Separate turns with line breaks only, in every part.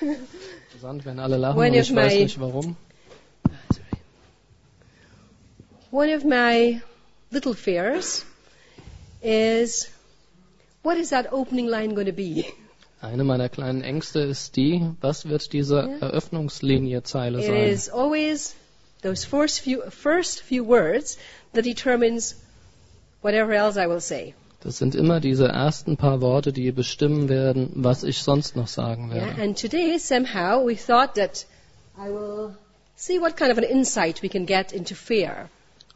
Interessant, wenn alle lachen,
One
und
of
ich weiß
my-
nicht warum.
One of my little fears is what is that opening line going to be?
Eine meiner kleinen Ängste ist die, was wird diese Eröffnungslinie-Zeile
It
sein?
is always those first few, first few words that determines whatever else I will say.
Das sind immer diese ersten paar Worte, die bestimmen werden, was ich sonst noch sagen
Yeah?
werde.
And today, somehow, we thought that I will see what kind of an insight we can get into fear.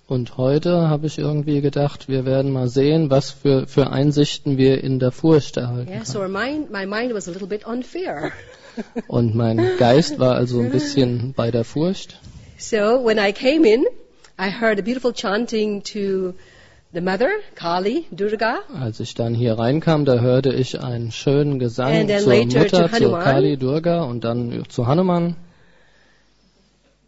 Und heute habe ich irgendwie gedacht, wir werden mal sehen, was für, für Einsichten wir in der Furcht erhalten.
Yeah? So our mind, my mind was a little bit on fear.
Und mein Geist war also ein bisschen bei der Furcht.
So when I came in, I heard a beautiful chanting to the mother, Kali, Durga,
Als ich dann hier reinkam, da hörte ich einen schönen Gesang
And then
zur
later
Mutter,
to
zur
Hanuman.
Kali Durga und dann zu Hanuman.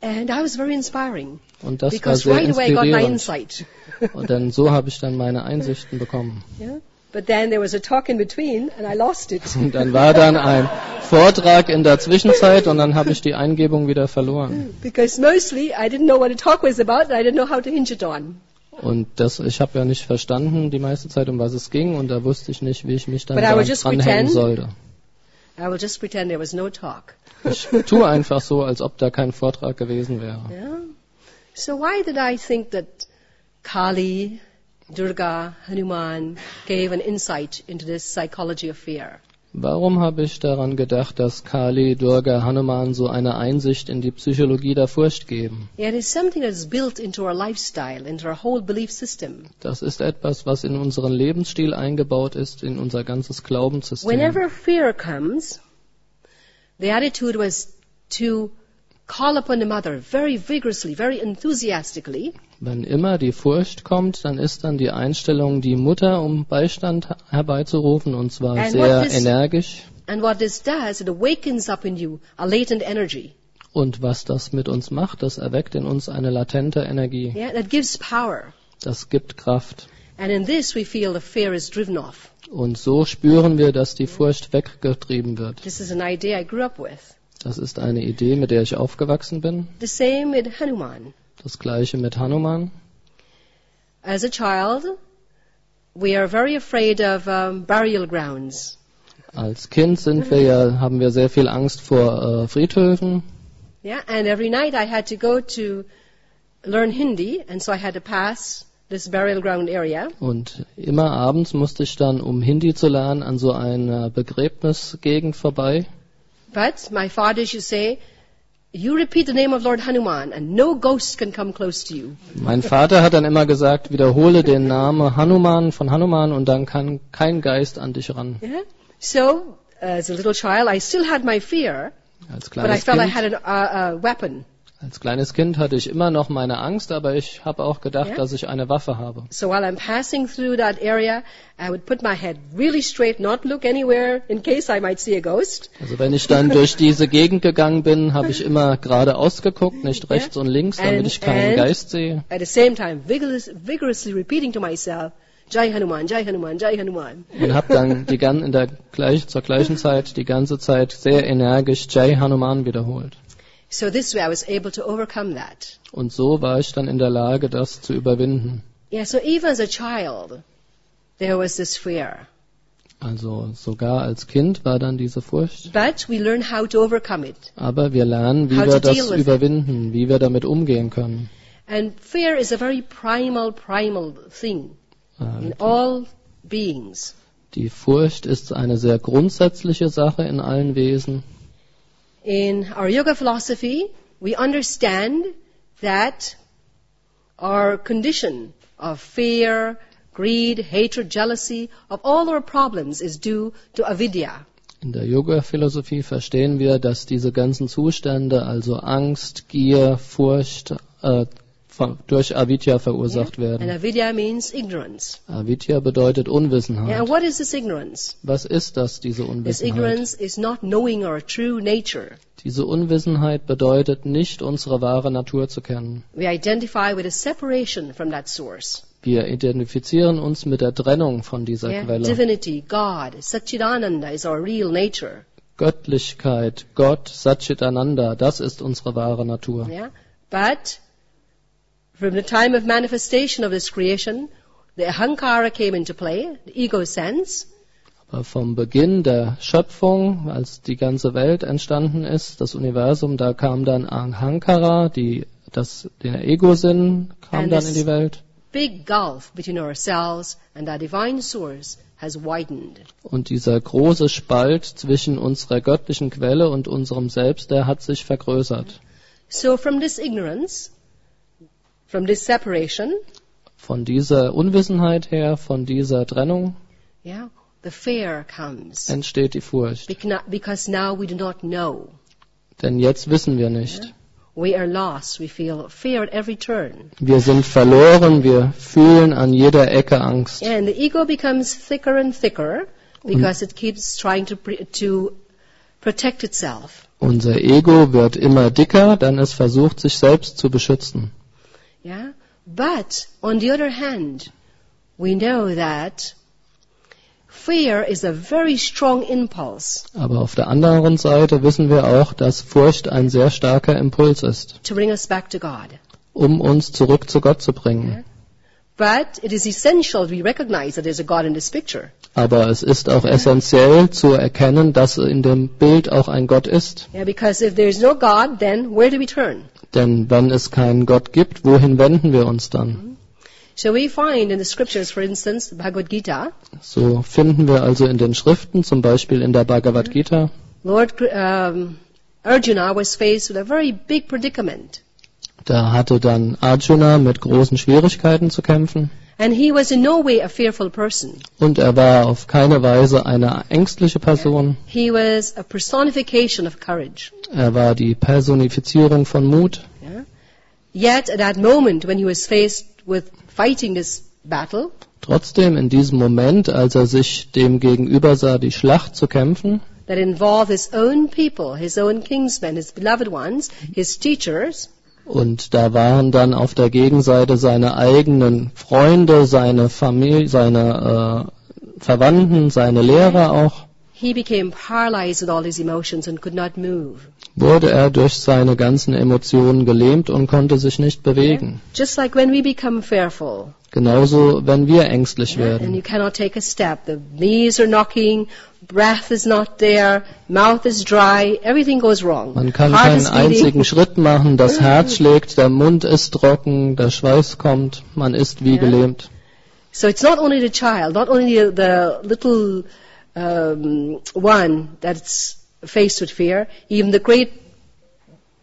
and I was very inspiring
Und das war
because
sehr
right away I got my
inspirierend.
insight.
Und dann so habe ich dann meine Einsichten bekommen.
Yeah? But then there was a talk in between, and I lost it.
Und dann war dann ein Vortrag in der Zwischenzeit und dann habe ich die Eingebung wieder verloren.
Because mostly I didn't know what a talk was about, and I didn't know how to hinge it on.
Und das, ich habe ja nicht verstanden die meiste Zeit, um was es ging und da wusste ich nicht, wie ich mich dann
But I
daran
will just
dranhängen
pretend.
sollte.
I will just pretend there was no talk.
Ich tue einfach so, als ob da kein Vortrag gewesen wäre.
Yeah? So why did I think that Kali, Durga, Hanuman gave an insight into this psychology of fear?
Warum habe ich daran gedacht, dass Kali, Durga, Hanuman so eine Einsicht in die Psychologie der Furcht geben?
It is something that is built into our lifestyle, into our whole belief system.
Das ist etwas, was in unseren Lebensstil eingebaut ist, in unser ganzes Glaubenssystem.
Whenever fear comes, the attitude was to call upon the mother very vigorously, very enthusiastically,
Wenn immer die Furcht kommt, dann ist dann die Einstellung, die Mutter um Beistand herbeizurufen, und zwar
And
sehr
what is-
energisch.
And what this does, it awakens up in you a latent energy.
Und was das mit uns macht, das erweckt in uns eine latente Energie.
Yeah, that gives power.
Das gibt Kraft.
And in this, we feel the fear is driven off.
Und so spüren wir, dass die Furcht weggetrieben wird.
This is an idea I grew up with.
Das ist eine Idee, mit der ich aufgewachsen bin.
The same with Hanuman.
Das gleiche mit Hanuman.
As a child, we are very afraid of um, burial grounds.
Als Kind sind wir ja, haben wir sehr viel Angst vor äh, Friedhöfen.
Yeah, and every night I had to go to learn Hindi, and so I had to pass this burial ground area.
Und immer abends musste ich dann, um Hindi zu lernen, an so einer Begräbnisgegend vorbei.
But my father used to say, "You repeat the name of Lord Hanuman, and no ghost can come close to you."
Mein Vater hat dann immer gesagt, wiederhole den Namen Hanuman von Hanuman und dann kann kein Geist an dich ran.
Yeah. So, as a little child, I still had my fear,
Als
but I
kleines,
felt I
kind,
had a uh, uh, weapon.
als kleines Kind hatte ich immer noch meine Angst, aber ich habe auch gedacht,
Ja?
dass ich eine Waffe habe.
So while I'm passing through that area, I would put my head really straight, not look anywhere in case I might see a ghost.
Also wenn ich dann durch diese Gegend gegangen bin, habe ich immer geradeaus geguckt, nicht rechts und links, damit
And-
ich keinen
and-
Geist sehe.
At the same time, vigorous, vigorously repeating to myself, Jai Hanuman, Jai Hanuman, Jai Hanuman.
und habe dann die gan in der gleich, zur gleichen Zeit die ganze Zeit sehr energisch Jai Hanuman wiederholt.
So this way I was able to overcome that.
Und so war ich dann in der Lage, das zu überwinden.
Yeah, so even as a child, there was this fear.
Also sogar als Kind war dann diese Furcht.
But we learn how to overcome it.
Aber wir lernen, wie
How
wir
to deal
das
with it.
überwinden, wie wir damit umgehen können.
And fear is a very primal, primal thing.
Äh,
in all beings.
Die Furcht ist eine sehr grundsätzliche Sache in allen Wesen.
In our yoga philosophy, we understand that our condition of fear, greed, hatred, jealousy, of all our problems is due to avidya.
In der Yoga-Philosophie verstehen wir, dass diese ganzen Zustände, also Angst, Gier, Furcht, äh, von, durch Avidya verursacht werden.
And avidya means ignorance.
Avidya bedeutet
Yeah,
Unwissenheit.
and what is this ignorance?
Was ist das, diese
This
Unwissenheit?
ignorance is not knowing our true nature.
Diese Unwissenheit bedeutet nicht, unsere wahre Natur zu kennen.
We identify with a separation from that source.
Wir identifizieren uns mit der Trennung von dieser
Yeah?
Quelle.
Divinity, God, Satchidananda is our real nature.
Göttlichkeit, Gott, Satchitananda, das ist unsere wahre Natur.
Yeah? But from the time of manifestation of this creation, the ahankara came into play, the ego sense,
Aber vom Beginn der Schöpfung, als die ganze Welt entstanden ist, das Universum, da kam dann Ahankara, die, das, der Ego-Sinn kam
And
dann
this-
in die Welt.
big gulf between ourselves and our divine source has widened.
Und dieser große Spalt zwischen unserer göttlichen Quelle und unserem Selbst, der hat sich vergrößert.
So from this ignorance, from this separation,
Von dieser Unwissenheit her, von dieser Trennung
yeah, the fear comes
entsteht die Furcht.
Becna- because now we do not know.
Denn jetzt wissen wir nicht.
We are lost. We feel fear at every turn.
Wir sind verloren, wir fühlen an jeder Ecke Angst.
And the ego becomes thicker and thicker because it keeps trying to, pre- to protect itself.
Unser Ego wird immer dicker, denn es versucht, sich selbst zu beschützen.
Yeah? But on the other hand, we know that fear is a very strong impulse
Aber auf der anderen Seite wissen wir auch, dass Furcht ein sehr starker Impuls ist,
to bring us back to God.
um uns zurück zu Gott zu bringen.
But it is essential we recognize that there's a God in this picture.
Aber es ist auch essentiell zu erkennen, dass in dem Bild auch ein Gott ist.
Yeah, because if there is no God, then where do we turn?
Denn wenn es keinen Gott gibt, wohin wenden wir uns dann?
So we find in the scriptures, for instance, Bhagavad Gita,
So finden wir also in den Schriften, zum Beispiel in der Bhagavad Gita,
Lord um, Arjuna was faced with a very big predicament,
da hatte dann Arjuna mit großen Schwierigkeiten zu kämpfen
and he was in no way a fearful person.
und er war auf keine Weise eine ängstliche Person.
He was a personification of courage.
Er war die Personifizierung von Mut.
yeah? Yet at that moment, when he was faced with fighting this battle,
Trotzdem in diesem Moment, als er sich dem gegenüber sah, die Schlacht zu kämpfen,
that involved his own people, his own kinsmen, his beloved ones, his teachers,
und da waren dann auf der Gegenseite seine eigenen Freunde, seine Familie, seine äh, Verwandten, seine Lehrer auch,
he became paralyzed with all his emotions and could not move.
wurde er durch seine ganzen Emotionen gelähmt und konnte sich nicht bewegen.
Just like when we become fearful,
Genauso, wenn wir ängstlich
and
werden.
you cannot take a step. The knees are knocking, breath is not there, mouth is dry, everything goes wrong.
Man kann
Heart
keinen
is beating.
einzigen Schritt machen, das Herz schlägt, der Mund ist trocken, der Schweiß kommt, man ist wie
Ja.
gelähmt.
So it's not only the child, not only the, the little um, one that's faced with fear, even the great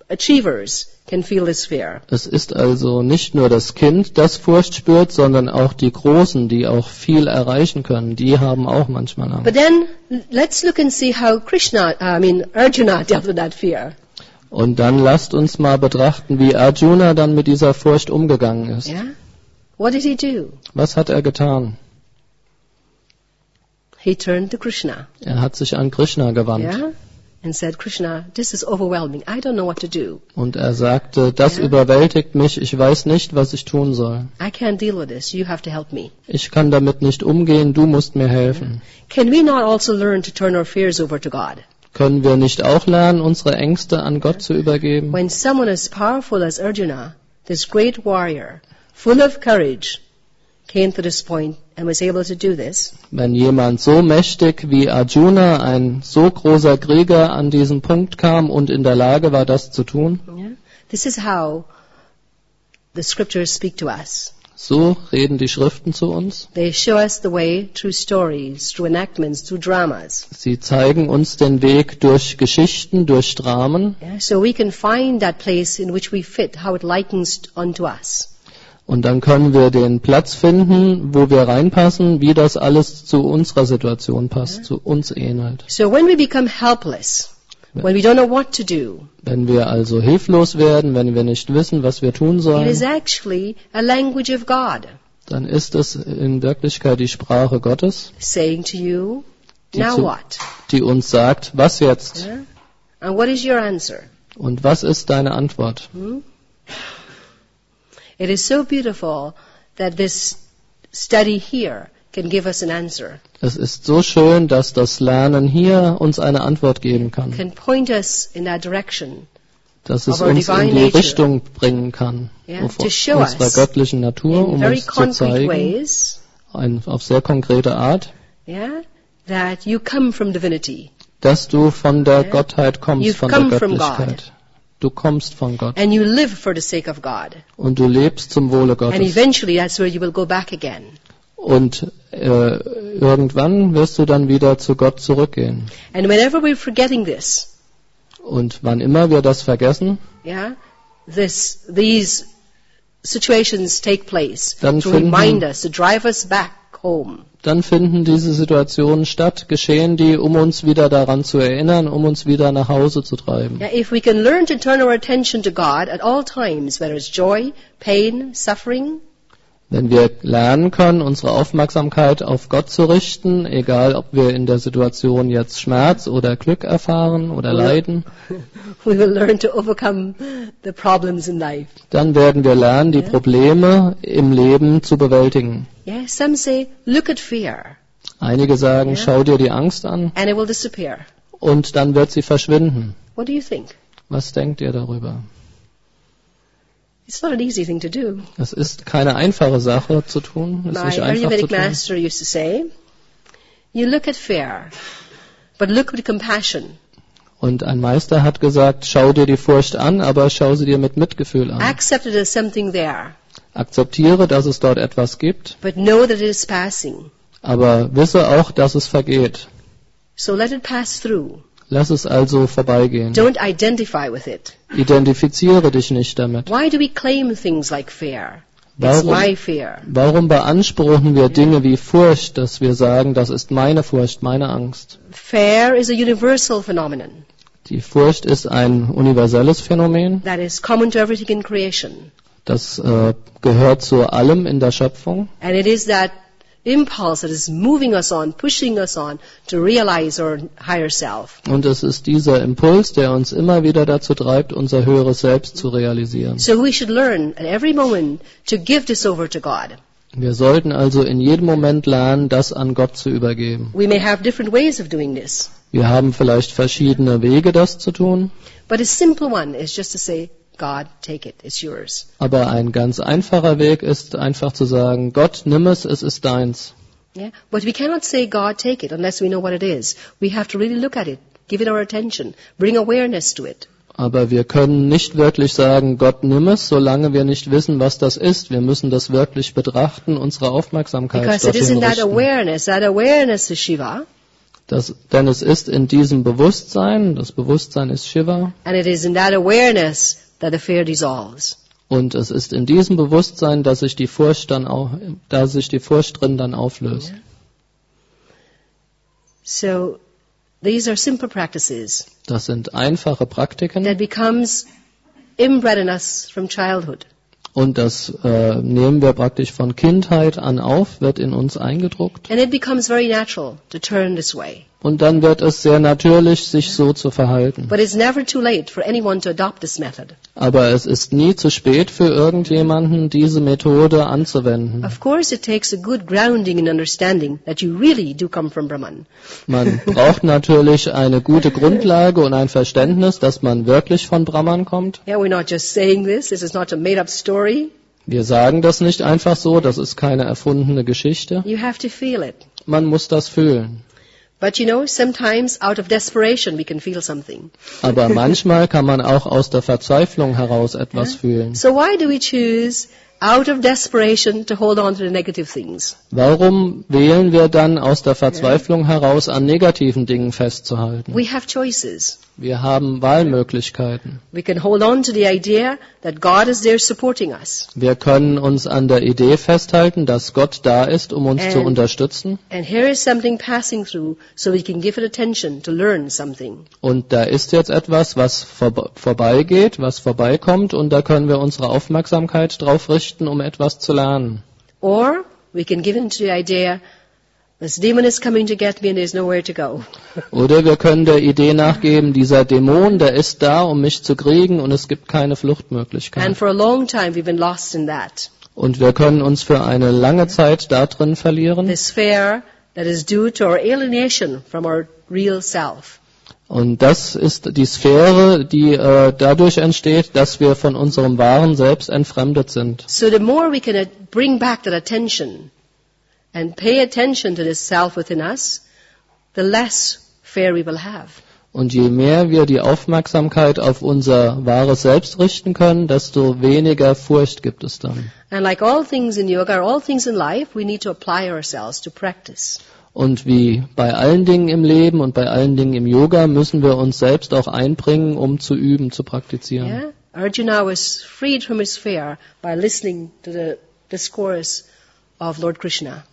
achievers can feel this fear.
Es ist also nicht nur das Kind, das Furcht spürt, sondern auch die Großen, die auch viel erreichen können, die haben auch manchmal
But
Angst.
then l- let's look and see how Krishna, I mean Arjuna dealt with that fear.
Und dann lasst uns mal betrachten, wie Arjuna dann mit dieser Furcht umgegangen ist.
Yeah? What did he do?
Was hat er getan?
He turned to Krishna.
Er hat sich an Krishna gewandt
Yeah? And said, Krishna, this is overwhelming. I don't know what to do.
und er sagte, das
Ja.
überwältigt mich, ich weiß nicht, was ich tun soll.
I can't deal with this. You have to help me.
Ich kann damit nicht umgehen, du musst mir helfen.
Can we not also learn to turn our fears over to God?
Können wir nicht auch lernen, unsere Ängste an Gott zu übergeben?
When someone as powerful as Arjuna, this great warrior, full of courage, came to this point and was able to do this,
Wenn jemand so mächtig wie Arjuna, ein so großer Krieger, an diesen Punkt kam und in der Lage war, das zu tun,
yeah, this is how the scriptures speak to us.
so reden die Schriften zu uns.
They show us the way through stories, through enactments, through dramas.
Sie zeigen uns den Weg durch Geschichten, durch Dramen.
yeah, So we can find that place in which we fit, how it likens unto us.
Und dann können wir den Platz finden, wo wir reinpassen, wie das alles zu unserer Situation passt, zu uns ähnelt.
So when we become helpless, when we don't know what to do,
Wenn wir also hilflos werden, wenn wir nicht wissen, was wir tun
it is
sollen,
actually a language of God
dann ist es in Wirklichkeit die Sprache Gottes,
saying to you,
Die
now
zu-
what?
die uns sagt, was jetzt?
Yeah? And what is your answer? Hmm?
Und was ist deine Antwort?
It is so beautiful that this study here can give us an answer,
Es ist so schön, dass das Lernen hier uns eine Antwort geben kann,
can point us in that direction.
dass es
Of our
uns in
divine
die
nature.
Richtung bringen kann,
Yeah,
auf
to show us
unserer göttlichen Natur,
in
um
very
uns zu
concrete
zeigen,
ways,
ein, auf sehr konkrete Art,
yeah, that you come from divinity
dass du von der
Yeah.
Gottheit kommst,
You've
von der
come from
Göttlichkeit. Du kommst von Gott
and you live for the sake of God.
und du lebst zum Wohle
And
Gottes.
eventually that's where you will go back again.
Und äh, irgendwann wirst du dann wieder zu Gott zurückgehen.
And whenever we're forgetting this,
Und wann immer wir das vergessen,
yeah, this, these situations take place
Dann
to
finden-
remind us, to drive us back home.
dann finden diese Situationen statt, geschehen die, um uns wieder daran zu erinnern, um uns wieder nach Hause zu treiben.
Yeah, if we can learn to turn our attention to God at all times, whether it's joy, pain, suffering,
Wenn wir lernen können, unsere Aufmerksamkeit auf Gott zu richten, egal ob wir in der Situation jetzt Schmerz oder Glück erfahren oder leiden,
we will learn to overcome the problems in life.
dann werden wir lernen, die Probleme im Leben zu bewältigen.
Yeah, some say, look at fear
Einige sagen, schau dir die Angst an
and it will disappear.
und dann wird sie verschwinden.
What do you think?
Was denkt ihr darüber?
It's not an easy thing to do.
Das ist keine einfache Sache zu tun, ist
My
nicht einfach zu
Ayurvedic
tun.
master used to say, you look at fear, but look with compassion.
Und ein Meister hat gesagt, schau dir die Furcht an, aber schau sie dir mit Mitgefühl an.
Accept it as something there,
Akzeptiere, dass es dort etwas gibt,
but know that it is passing.
aber wisse auch, dass es vergeht.
So let it pass through.
Lass es also vorbeigehen.
Don't identify with it.
Identifiziere dich nicht damit.
Why do we claim things like fear? It's
Warum,
my fear.
warum beanspruchen wir Dinge wie Furcht, dass wir sagen, das ist meine Furcht, meine Angst?
Fear is a universal phenomenon
Die Furcht ist ein universelles Phänomen.
that is common to everything in creation.
Das äh, gehört zu allem in der Schöpfung.
And it is that impulse that is moving us on, pushing us on to realize our higher self.
Und es ist dieser Impuls, der uns immer wieder dazu treibt, unser höheres Selbst zu realisieren.
So we should learn at every moment to give this over to God.
Wir sollten also in jedem Moment lernen, das an Gott zu übergeben.
We may have different ways of doing this,
Wir haben vielleicht verschiedene Wege, das zu tun,
but a simple one is just to say, God, take it, it's yours.
aber ein ganz einfacher Weg ist einfach zu sagen, Gott, nimm es, es ist deins.
Yeah? But we cannot say, God, take it, unless we know what it is. We have to really look at it, give it our attention, bring awareness to it.
Aber wir können nicht wirklich sagen, Gott, nimm es, solange wir nicht wissen, was das ist. Wir müssen das wirklich betrachten, unsere Aufmerksamkeit
Because it is
dorthin
in that
richten.
awareness, that awareness is Shiva,
Das, denn es ist in diesem Bewusstsein, das Bewusstsein ist Shiva,
and it is in that awareness that the fear dissolves.
Und es ist in diesem Bewusstsein, dass sich die Furcht dann auch, dass sich die Furcht drin dann auflöst.
So these are simple practices
Das sind einfache Praktiken
that becomes inbred in us from childhood.
und das äh, nehmen wir praktisch von Kindheit an auf, wird in uns eingedruckt
And it becomes very natural to turn this way.
und dann wird es sehr natürlich, sich so zu verhalten.
But it's never too late for anyone to adopt this method.
Aber es ist nie zu spät für irgendjemanden, diese Methode anzuwenden.
Of course, it takes a good grounding and understanding that you really do come from Brahman.
Man braucht natürlich eine gute Grundlage und ein Verständnis, dass man wirklich von Brahman kommt.
Yeah, we're not just saying this. This is not a made up story.
Wir sagen das nicht einfach so, das ist keine erfundene Geschichte.
You have to feel it.
Man muss das fühlen.
But you know, sometimes out of desperation, we can feel something.
Aber manchmal kann man auch aus der Verzweiflung heraus etwas fühlen.
So why do we choose out of desperation to hold on to the negative things?
Warum wählen wir dann aus der Verzweiflung heraus an negativen Dingen festzuhalten?
We have choices.
Wir haben Wahlmöglichkeiten.
We can hold on to the idea that God is there supporting us.
Wir können uns an der Idee festhalten, dass Gott da ist, um uns zu
Ähm.
unterstützen.
And here is something passing through so we can give it attention to learn something.
Und da ist jetzt etwas, was vorbe- vorbeigeht, was vorbeikommt, und da können wir unsere Aufmerksamkeit drauf richten, um etwas zu lernen.
Or we can give in to the idea this demon is coming to get me and there's nowhere to go.
Oder wir können der Idee nachgeben, dieser Dämon, der ist da, um mich zu kriegen und es gibt keine
And
Fluchtmöglichkeit.
for a long time we've been lost in that.
Und wir können uns für eine lange Zeit darin verlieren
this fear that is due to our alienation from our real self.
Und das ist die Sphäre, die äh, dadurch entsteht, dass wir von unserem wahren Selbst entfremdet sind.
So the more we can uh, bring back that attention and pay attention to this self within us, the less fear we will have.
Und je mehr wir die Aufmerksamkeit auf unser wahres Selbst richten können, desto weniger Furcht gibt es dann.
And like all things in yoga, all things in life, we need to apply ourselves to practice.
Und wie bei allen Dingen im Leben und bei allen Dingen im Yoga müssen wir uns selbst auch einbringen, um zu üben, zu praktizieren.
Yeah? Arjuna was freed from his fear by listening to the discourse of Lord Krishna.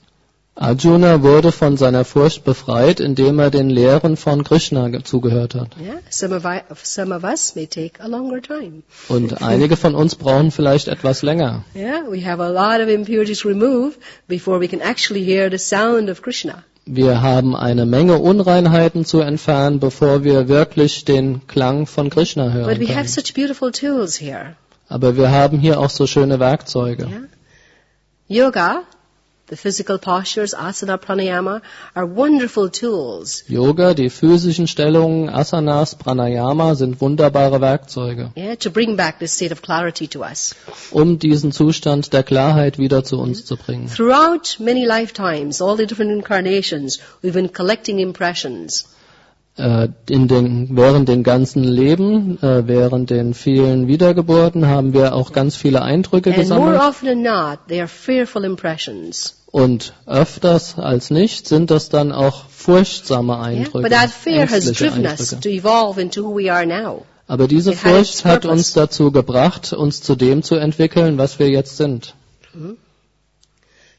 Arjuna wurde von seiner Furcht befreit, indem er den Lehren von Krishna ge- zugehört hat.
Yeah? Some, of I, some of us may take a longer time.
Und einige von uns brauchen vielleicht etwas länger.
Yeah? We have a lot of impurities removed before we can actually hear the sound of Krishna.
Wir haben eine Menge Unreinheiten zu entfernen, bevor wir wirklich den Klang von Krishna
But
hören
we have
können.
such beautiful tools here.
Aber wir haben hier auch so schöne Werkzeuge.
Yeah? Yoga, the physical postures, asana, pranayama, are wonderful tools.
Yoga, die physischen Stellungen, Asanas, Pranayama sind wunderbare Werkzeuge,
Yeah? To bring back this state of clarity to us.
um diesen Zustand der Klarheit wieder zu uns zu bringen.
Throughout many lifetimes, all the different incarnations, we've been collecting impressions.
Äh, in den, während den ganzen Leben, äh, während den vielen Wiedergeburten haben wir auch ganz viele Eindrücke
And more
gesammelt
often than not, they are fearful impressions.
und öfters als nicht sind das dann auch furchtsame
Yeah?
Eindrücke.
But that fear has
ängstliche
driven us
Eindrücke.
to evolve into who we are now.
Aber diese
it had its
Furcht hat
purpose.
uns dazu gebracht, uns zu dem zu entwickeln, was wir jetzt sind.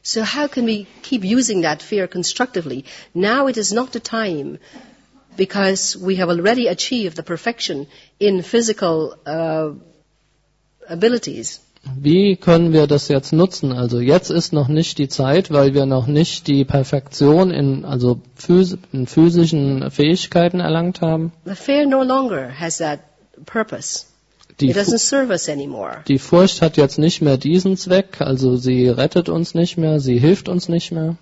So how can we keep using that fear constructively? Now it is not the time because we have already achieved the perfection in physical uh, abilities.
Wie können wir das jetzt nutzen? Also jetzt ist noch nicht die Zeit, weil wir noch nicht die Perfektion in, also phys in physischen Fähigkeiten erlangt haben.
The fear no longer has that purpose.
Die,
it doesn't
Fu-
serve us anymore.
die Furcht hat jetzt nicht mehr diesen Zweck, also sie rettet uns nicht mehr, sie hilft uns nicht mehr.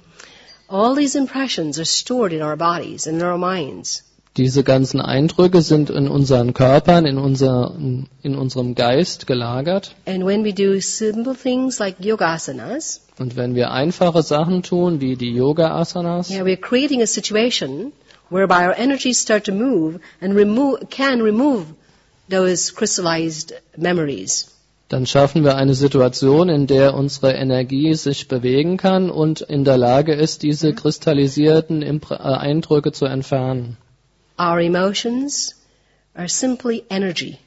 All these impressions are stored in our bodies and in our minds.
Diese ganzen Eindrücke sind in unseren Körpern, in, unser, in unserem Geist gelagert.
And when we do simple things like yogasanas,
Und wenn wir einfache Sachen tun, wie die Yoga-Asanas,
yeah, we're creating a situation whereby our energies start to move and remove, can remove those crystallized memories.
dann schaffen wir eine Situation, in der unsere Energie sich bewegen kann und in der Lage ist, diese kristallisierten Impr- äh, Eindrücke zu entfernen.
Our emotions are simply energy.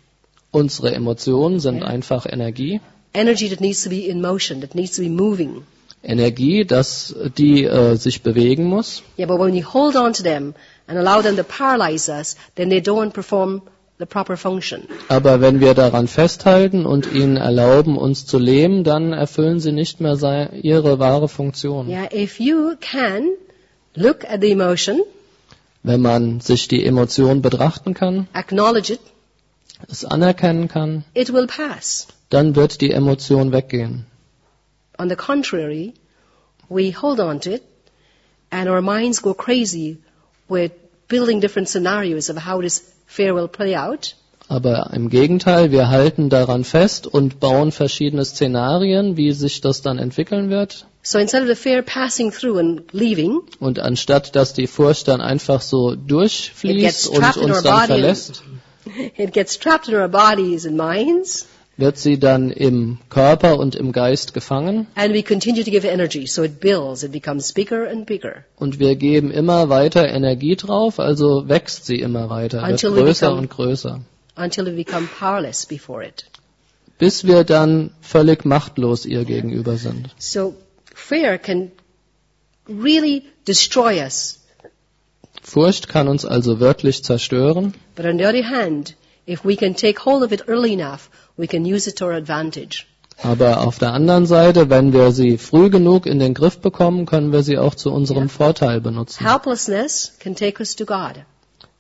Unsere Emotionen sind einfach Energie.
Energy that needs to be in motion, that needs to be moving.
Energie, dass die äh, sich bewegen muss.
Yeah, but when we hold on to them and allow them to paralyze us, then they don't perform the proper function.
Aber wenn wir daran festhalten und ihnen erlauben, uns zu lähmen, dann erfüllen sie nicht mehr sei- ihre wahre Funktion.
Yeah, if you can look at the emotion,
Wenn man sich die Emotion betrachten kann,
acknowledge it,
es anerkennen kann,
it will pass.
dann wird die Emotion weggehen.
On the contrary, we hold on to it and our minds go crazy with building different scenarios of how this fear will play out.
Aber im Gegenteil, wir halten daran fest und bauen verschiedene Szenarien, wie sich das dann entwickeln wird.
So instead of the fear passing through and leaving,
Und anstatt dass die Furcht dann einfach so
It gets
durchfließt und
trapped in
uns
our
dann
body and-
verlässt,
it gets trapped in our bodies and minds
wird sie dann im Körper und im Geist gefangen
and we continue to give it energy. So it builds, it becomes bigger and bigger
und wir geben immer weiter Energie drauf, also wächst sie immer weiter, wird
Until we
größer
become-
und größer,
until we become powerless before it.
bis wir dann völlig machtlos ihr gegenüber sind.
So fear can really destroy us.
Furcht kann uns also wirklich zerstören.
But on the other hand, if we can take hold of it early enough, we can use it to our advantage.
Aber auf der anderen Seite, wenn wir sie früh genug in den Griff bekommen, können wir sie auch zu unserem Vorteil benutzen.
Helplessness can take us to God.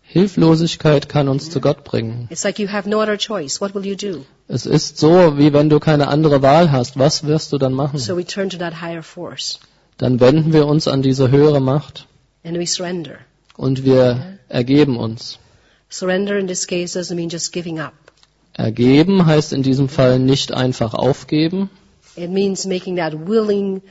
Hilflosigkeit kann uns zu Gott bringen.
It's like you have no other choice. What will you do?
Es ist so, wie wenn du keine andere Wahl hast. Was wirst du dann machen?
So we turn to that higher force
Dann wenden wir uns an diese höhere Macht
and we surrender.
und wir ergeben uns.
Surrender in this case doesn't mean just giving up.
Ergeben heißt in diesem Fall nicht einfach aufgeben,
It means making that willing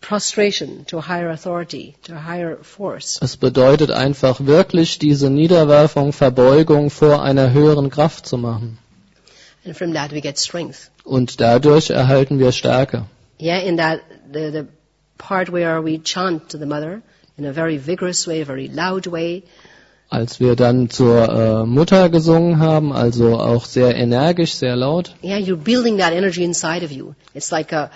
prostration to a higher authority, to a higher force.
Es bedeutet einfach wirklich diese Niederwerfung, Verbeugung vor einer höheren Kraft zu machen.
And from that we get strength.
Und dadurch erhalten wir Stärke.
Yeah, in that the, the part where we chant to the mother in a very vigorous way, very loud way,
Als wir dann zur äh, Mutter gesungen haben, also auch sehr energisch, sehr laut,
yeah, you're building that energy inside of you. It's like a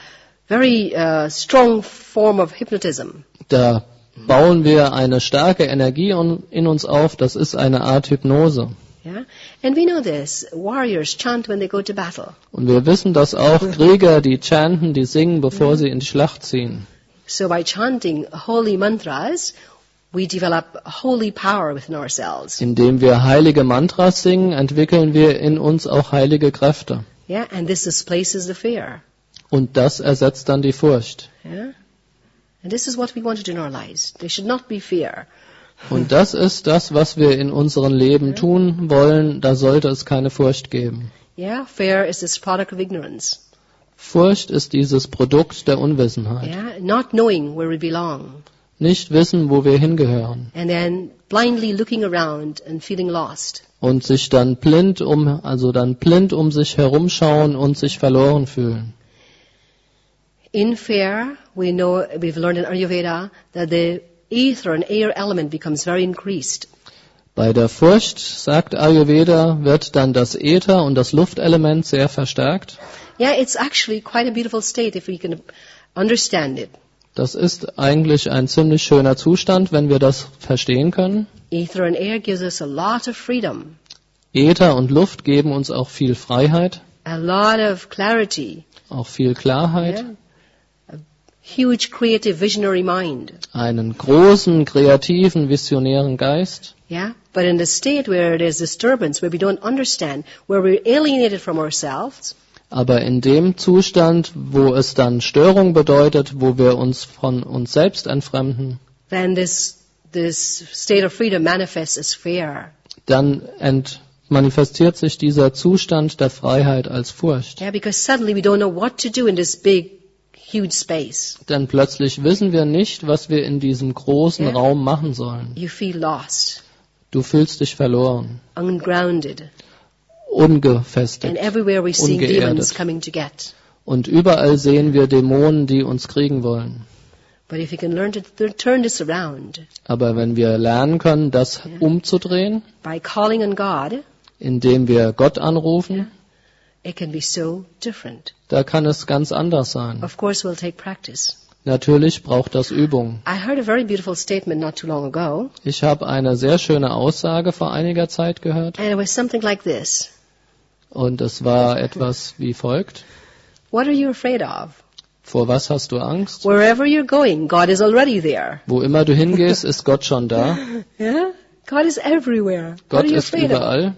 very uh, strong form of hypnotism.
da bauen wir eine starke Energie un- in uns auf. Das ist eine Art Hypnose.
Yeah, and we know this. Warriors chant when they go to battle.
Und wir wissen, dass auch Krieger, die chanten, die singen, bevor sie in die Schlacht ziehen.
So by chanting holy mantras, we develop holy power within ourselves.
Indem wir heilige Mantras singen, entwickeln wir in uns auch heilige Kräfte.
Yeah, and this displaces the fear.
Und das ersetzt dann die Furcht.
Yeah, and this is what we want to do in our lives. There should not be fear.
Und das ist das, was wir in unserem Leben tun wollen. Da sollte es keine Furcht geben.
Yeah, fear is this product of ignorance.
Furcht ist dieses Produkt der Unwissenheit.
Yeah, not knowing where we belong,
Nicht wissen, wo wir hingehören.
and then blindly looking around and feeling lost.
Und sich dann blind um, also dann blind um sich herumschauen und sich verloren fühlen.
In fear, we know we've learned in Ayurveda that the ether and air element becomes very increased.
Bei der Furcht, sagt Ayurveda, wird dann das Äther und das Luftelement sehr verstärkt.
Yeah, it's actually quite a beautiful state if we can understand it.
Das ist eigentlich ein ziemlich schöner Zustand, wenn wir das verstehen können.
Ether and air gives us a lot of freedom,
Äther und Luft geben uns auch viel Freiheit,
a lot of clarity,
auch viel Klarheit,
yeah? a huge creative visionary mind.
einen großen, kreativen, visionären Geist.
Yeah, but in the state where there's disturbance, where we don't understand, where we're alienated from ourselves,
Aber in dem Zustand, wo es dann Störung bedeutet, wo wir uns von uns selbst entfremden,
then this this state of freedom manifests as fear.
dann ent manifestiert sich dieser Zustand der Freiheit als Furcht.
Yeah, because suddenly we don't know what to do in this big, huge space.
Denn plötzlich wissen wir nicht, was wir in diesem großen
Ja.
Raum machen sollen.
You feel lost,
Du fühlst dich verloren,
ungrounded, and
ungefestigt.
everywhere we're seeing
Ungeerdet.
demons coming to get.
Und überall sehen wir Dämonen, die uns kriegen wollen.
But if you can learn to th- turn this around
Aber wenn wir lernen können, das umzudrehen,
by calling on God,
indem wir Gott anrufen,
it can be so different.
da kann es ganz anders sein.
Of course, we'll take practice.
Natürlich braucht das Übung.
I heard a very beautiful statement not too long ago,
Ich habe eine sehr schöne Aussage vor einiger Zeit gehört
and it was something like this:
und es war etwas wie folgt.
What are you afraid of?
Vor was hast du Angst?
Wherever you're going, God is already there.
Wo immer du hingehst, ist Gott schon da.
Yeah? God is everywhere. what
Gott
are you
ist
afraid of?
überall.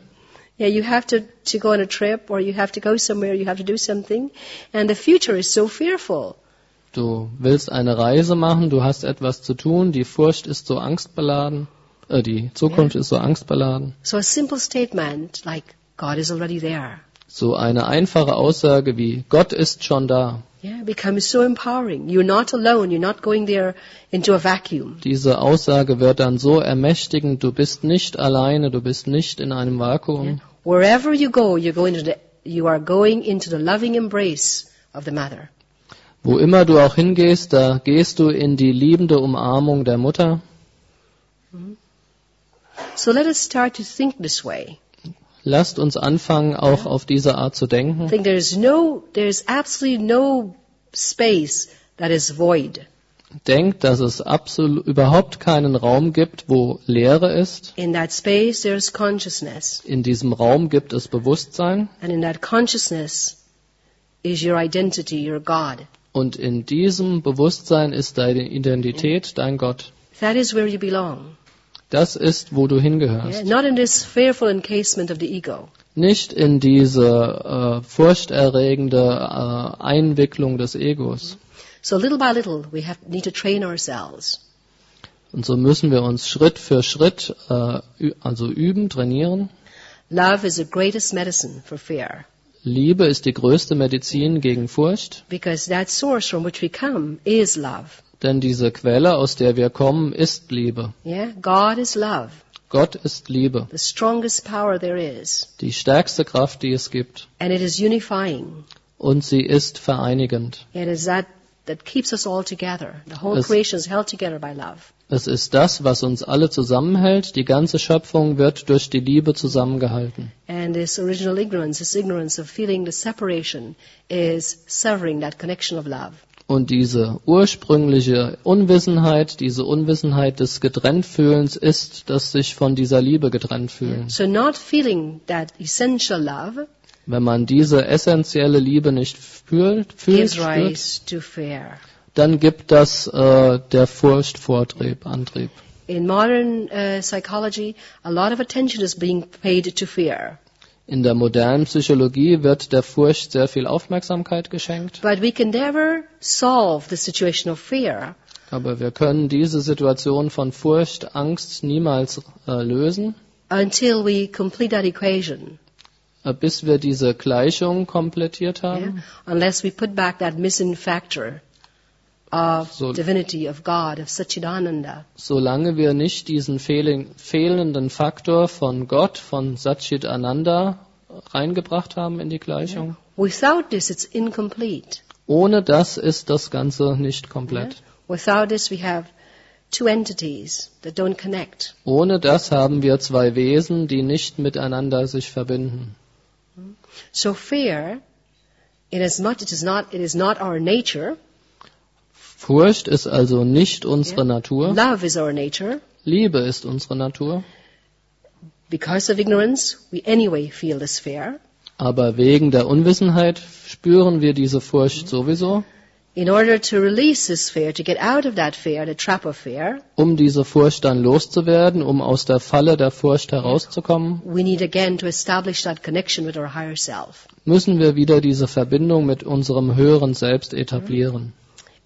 Yeah, you have to, to go on a trip or you have to go somewhere, you have to do something. And the future is so fearful.
Du willst eine Reise machen, du hast etwas zu tun, die Furcht ist so angstbeladen, äh, die Zukunft ist so angstbeladen.
So a simple statement like, God is already there.
So eine einfache Aussage wie Gott ist schon da.
Yeah, becomes so empowering. You're not alone. You're not going there into a vacuum.
Diese Aussage wird dann so ermächtigend, du bist nicht alleine, du bist nicht in einem Vakuum.
Wherever you go, you're going to the, you are going into the loving embrace of the mother.
Wo immer du auch hingehst, da gehst du in die liebende Umarmung der Mutter.
So let us start to think this way.
Lasst uns anfangen, auch auf diese Art zu denken.
I think there's no, there's absolutely no space that is void
Denkt, dass es absolut überhaupt keinen Raum gibt, wo Leere ist.
In that space, there's consciousness.
In diesem Raum gibt es Bewusstsein
And in that consciousness is your identity, your God.
und in diesem Bewusstsein ist deine Identität dein Gott.
That is where you belong.
Das ist, wo du hingehörst.
Yeah, not in this fearful encasement of the ego.
Nicht in diese äh, furchterregende äh, Einwicklung des Egos.
So little by little, we have, need to train ourselves.
Und so müssen wir uns Schritt für Schritt äh, ü- also üben, trainieren.
Love is the greatest medicine for fear
Liebe ist die größte Medizin gegen Furcht,
because that source from which we come is love.
denn diese Quelle, aus der wir kommen, ist Liebe.
Yeah, God is love,
Gott ist Liebe,
the strongest power there is,
die stärkste Kraft, die es gibt.
and it is unifying.
Und sie ist vereinigend.
It is that that keeps us all together. The whole
Yes.
creation is held together by love.
Es ist das, was uns alle zusammenhält. Die ganze Schöpfung wird durch die Liebe zusammengehalten.
And this original ignorance, this ignorance of feeling the separation, is severing that connection of love.
Und diese ursprüngliche Unwissenheit, diese Unwissenheit des Getrenntfühlens ist das sich von dieser Liebe getrennt fühlen.
So not feeling that essential love
Wenn man diese essentielle Liebe nicht fühlt, fühlt,
gives
spürt,
rise to fear.
dann gibt das äh, der Furcht Vortrieb, Antrieb.
In modern uh, psychology, a lot of attention is being paid to fear.
In der modernen Psychologie wird der Furcht sehr viel Aufmerksamkeit geschenkt,
But we can never solve the situation of fear
aber wir können diese Situation von Furcht, Angst niemals äh, lösen,
until we complete that equation,
äh, bis wir diese Gleichung komplettiert
yeah?
haben.
unless we put back that missing factor of
So-
divinity, of God, of Satchidananda.
Solange wir nicht diesen fehlen- fehlenden Faktor von Gott, von Satchit Ananda reingebracht haben in die Gleichung,
Without this, it's incomplete.
ohne das ist das Ganze nicht komplett.
Without this, we have two entities that don't connect.
Ohne das haben wir zwei Wesen, die nicht miteinander sich verbinden.
So fear, inasmuch it is not, it is not our nature,
Furcht ist also nicht unsere Natur.
love is our nature,
Liebe ist unsere Natur.
because of ignorance, we anyway feel this fear.
Aber wegen der Unwissenheit spüren wir diese Furcht sowieso.
In order to release this fear, to get out of that fear, the trap of fear,
Um diese Furcht dann loszuwerden, um aus der Falle der Furcht herauszukommen,
we need again to establish that connection with our higher self.
müssen wir wieder diese Verbindung mit unserem höheren Selbst etablieren.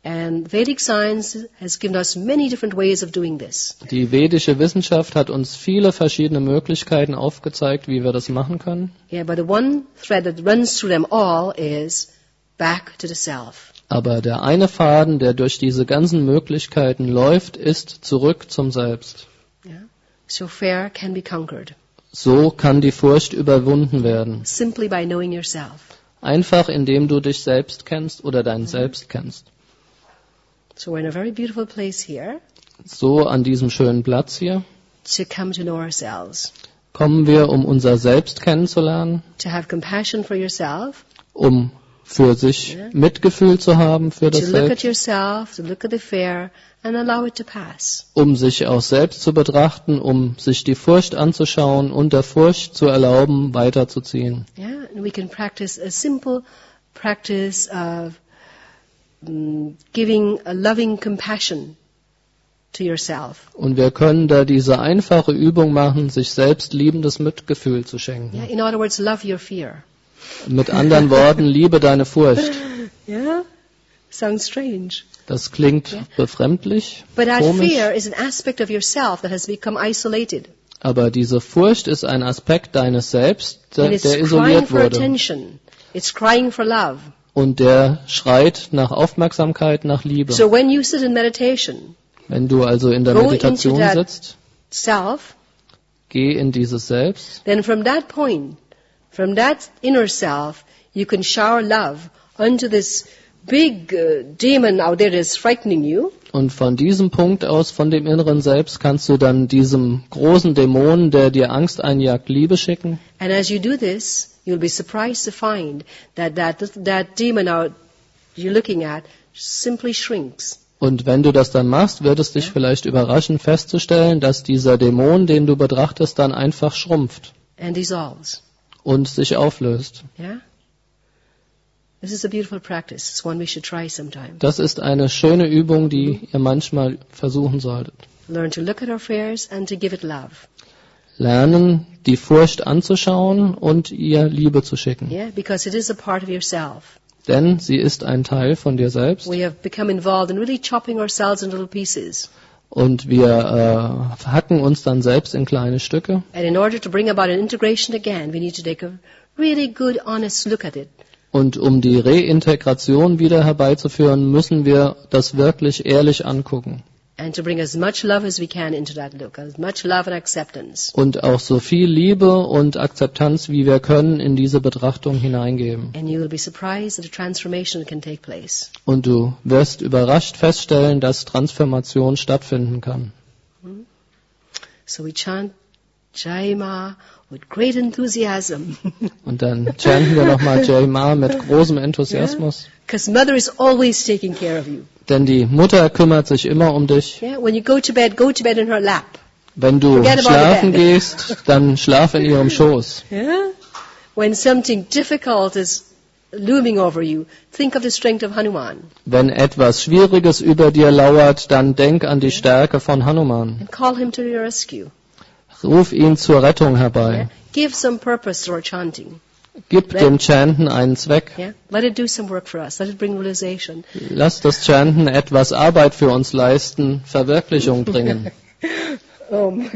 And Vedic science has given us many different ways of doing this.
Die vedische Wissenschaft hat uns viele verschiedene Möglichkeiten aufgezeigt, wie wir das machen können.
Yeah, but the one thread that runs through them all is back to the self.
Aber der eine Faden, der durch diese ganzen Möglichkeiten läuft, ist zurück zum Selbst.
Yeah? So fear can be conquered
So kann die Furcht überwunden werden.
simply by knowing yourself.
Einfach indem du dich selbst kennst oder dein Selbst kennst.
So we're in a very beautiful place here
So an diesem schönen Platz hier
to come to know ourselves,
kommen wir, um unser Selbst kennenzulernen,
to have compassion for yourself,
um für sich Mitgefühl zu haben für
to
das
look at
Selbst,
yourself, to look at the fear, and allow it to pass.
um sich auch selbst zu betrachten, um sich die Furcht anzuschauen und der Furcht zu erlauben, weiterzuziehen.
Yeah, and we can practice a simple practice of mm, giving a loving compassion to yourself.
Und wir können da diese einfache Übung machen, sich selbst liebendes Mitgefühl zu schenken.
Yeah, in other words, love your fear.
Mit anderen Worten, liebe deine Furcht.
Yeah, sounds strange.
Das klingt befremdlich,
But that
komisch,
fear is an aspect of yourself that has become isolated
aber diese Furcht ist ein Aspekt deines Selbst, der,
and it's
der
crying
isoliert
for
wurde.
attention. It's crying for love.
Und der schreit nach Aufmerksamkeit, nach Liebe.
So when you sit in meditation,
Wenn du also in der
Go
Meditation
into that-
sitzt,
self,
geh in dieses Selbst
then from that point, from that inner self, you can shower love onto this big uh, demon out there that's frightening you,
und von diesem Punkt aus, von dem inneren Selbst, kannst du dann diesem großen Dämon, der dir Angst einjagt, Liebe schicken.
and as you do this, you'll be surprised to find that that, that demon out you're looking at simply shrinks.
Und wenn du das dann machst, wird es dich vielleicht überraschen festzustellen, dass dieser Dämon, den du betrachtest, dann einfach schrumpft
and dissolves.
und sich auflöst.
Yeah? This is a beautiful practice. It's one we should try sometime.
Das ist eine schöne Übung, die ihr manchmal versuchen solltet.
Learn to look at our fears and to give it love.
Lernen, die Furcht anzuschauen und ihr Liebe zu schicken.
Yeah, because it is a part of yourself.
Denn sie ist ein Teil von dir selbst
We have become involved in really chopping ourselves into little pieces.
und wir äh, hacken uns dann selbst in kleine Stücke.
And in order to bring about an integration again, we need to take a really good, honest look at it.
Und um die Reintegration wieder herbeizuführen, müssen wir das wirklich ehrlich angucken
And to bring as much love as we can into that look, as much love and acceptance.
und auch so viel Liebe und Akzeptanz, wie wir können, in diese Betrachtung hineingeben.
And you will be surprised that a transformation can take place.
Und du wirst überrascht feststellen, dass Transformation stattfinden kann.
So we chant Jai Ma with great enthusiasm.
Und dann chanten wir nochmal Jay Ma mit großem Enthusiasmus.
Because mother is always taking care of you.
Denn die Mutter kümmert sich immer um dich.
Yeah? When you go to bed, go to bed in her lap.
Wenn du
Forget about
schlafen
that.
gehst, dann schlaf in ihrem Schoß.
Yeah? When something difficult is looming over you, think of the strength of Hanuman
Wenn etwas Schwieriges über dir lauert, dann denk an die Stärke von Hanuman.
and call him to your rescue.
Ruf ihn zur Rettung herbei.
Give some purpose to our chanting.
Gib dem Chanten einen Zweck.
Yeah? Let it do some work for us. Let it bring realization.
Lass das Chanten etwas Arbeit für uns leisten, Verwirklichung bringen.
Um.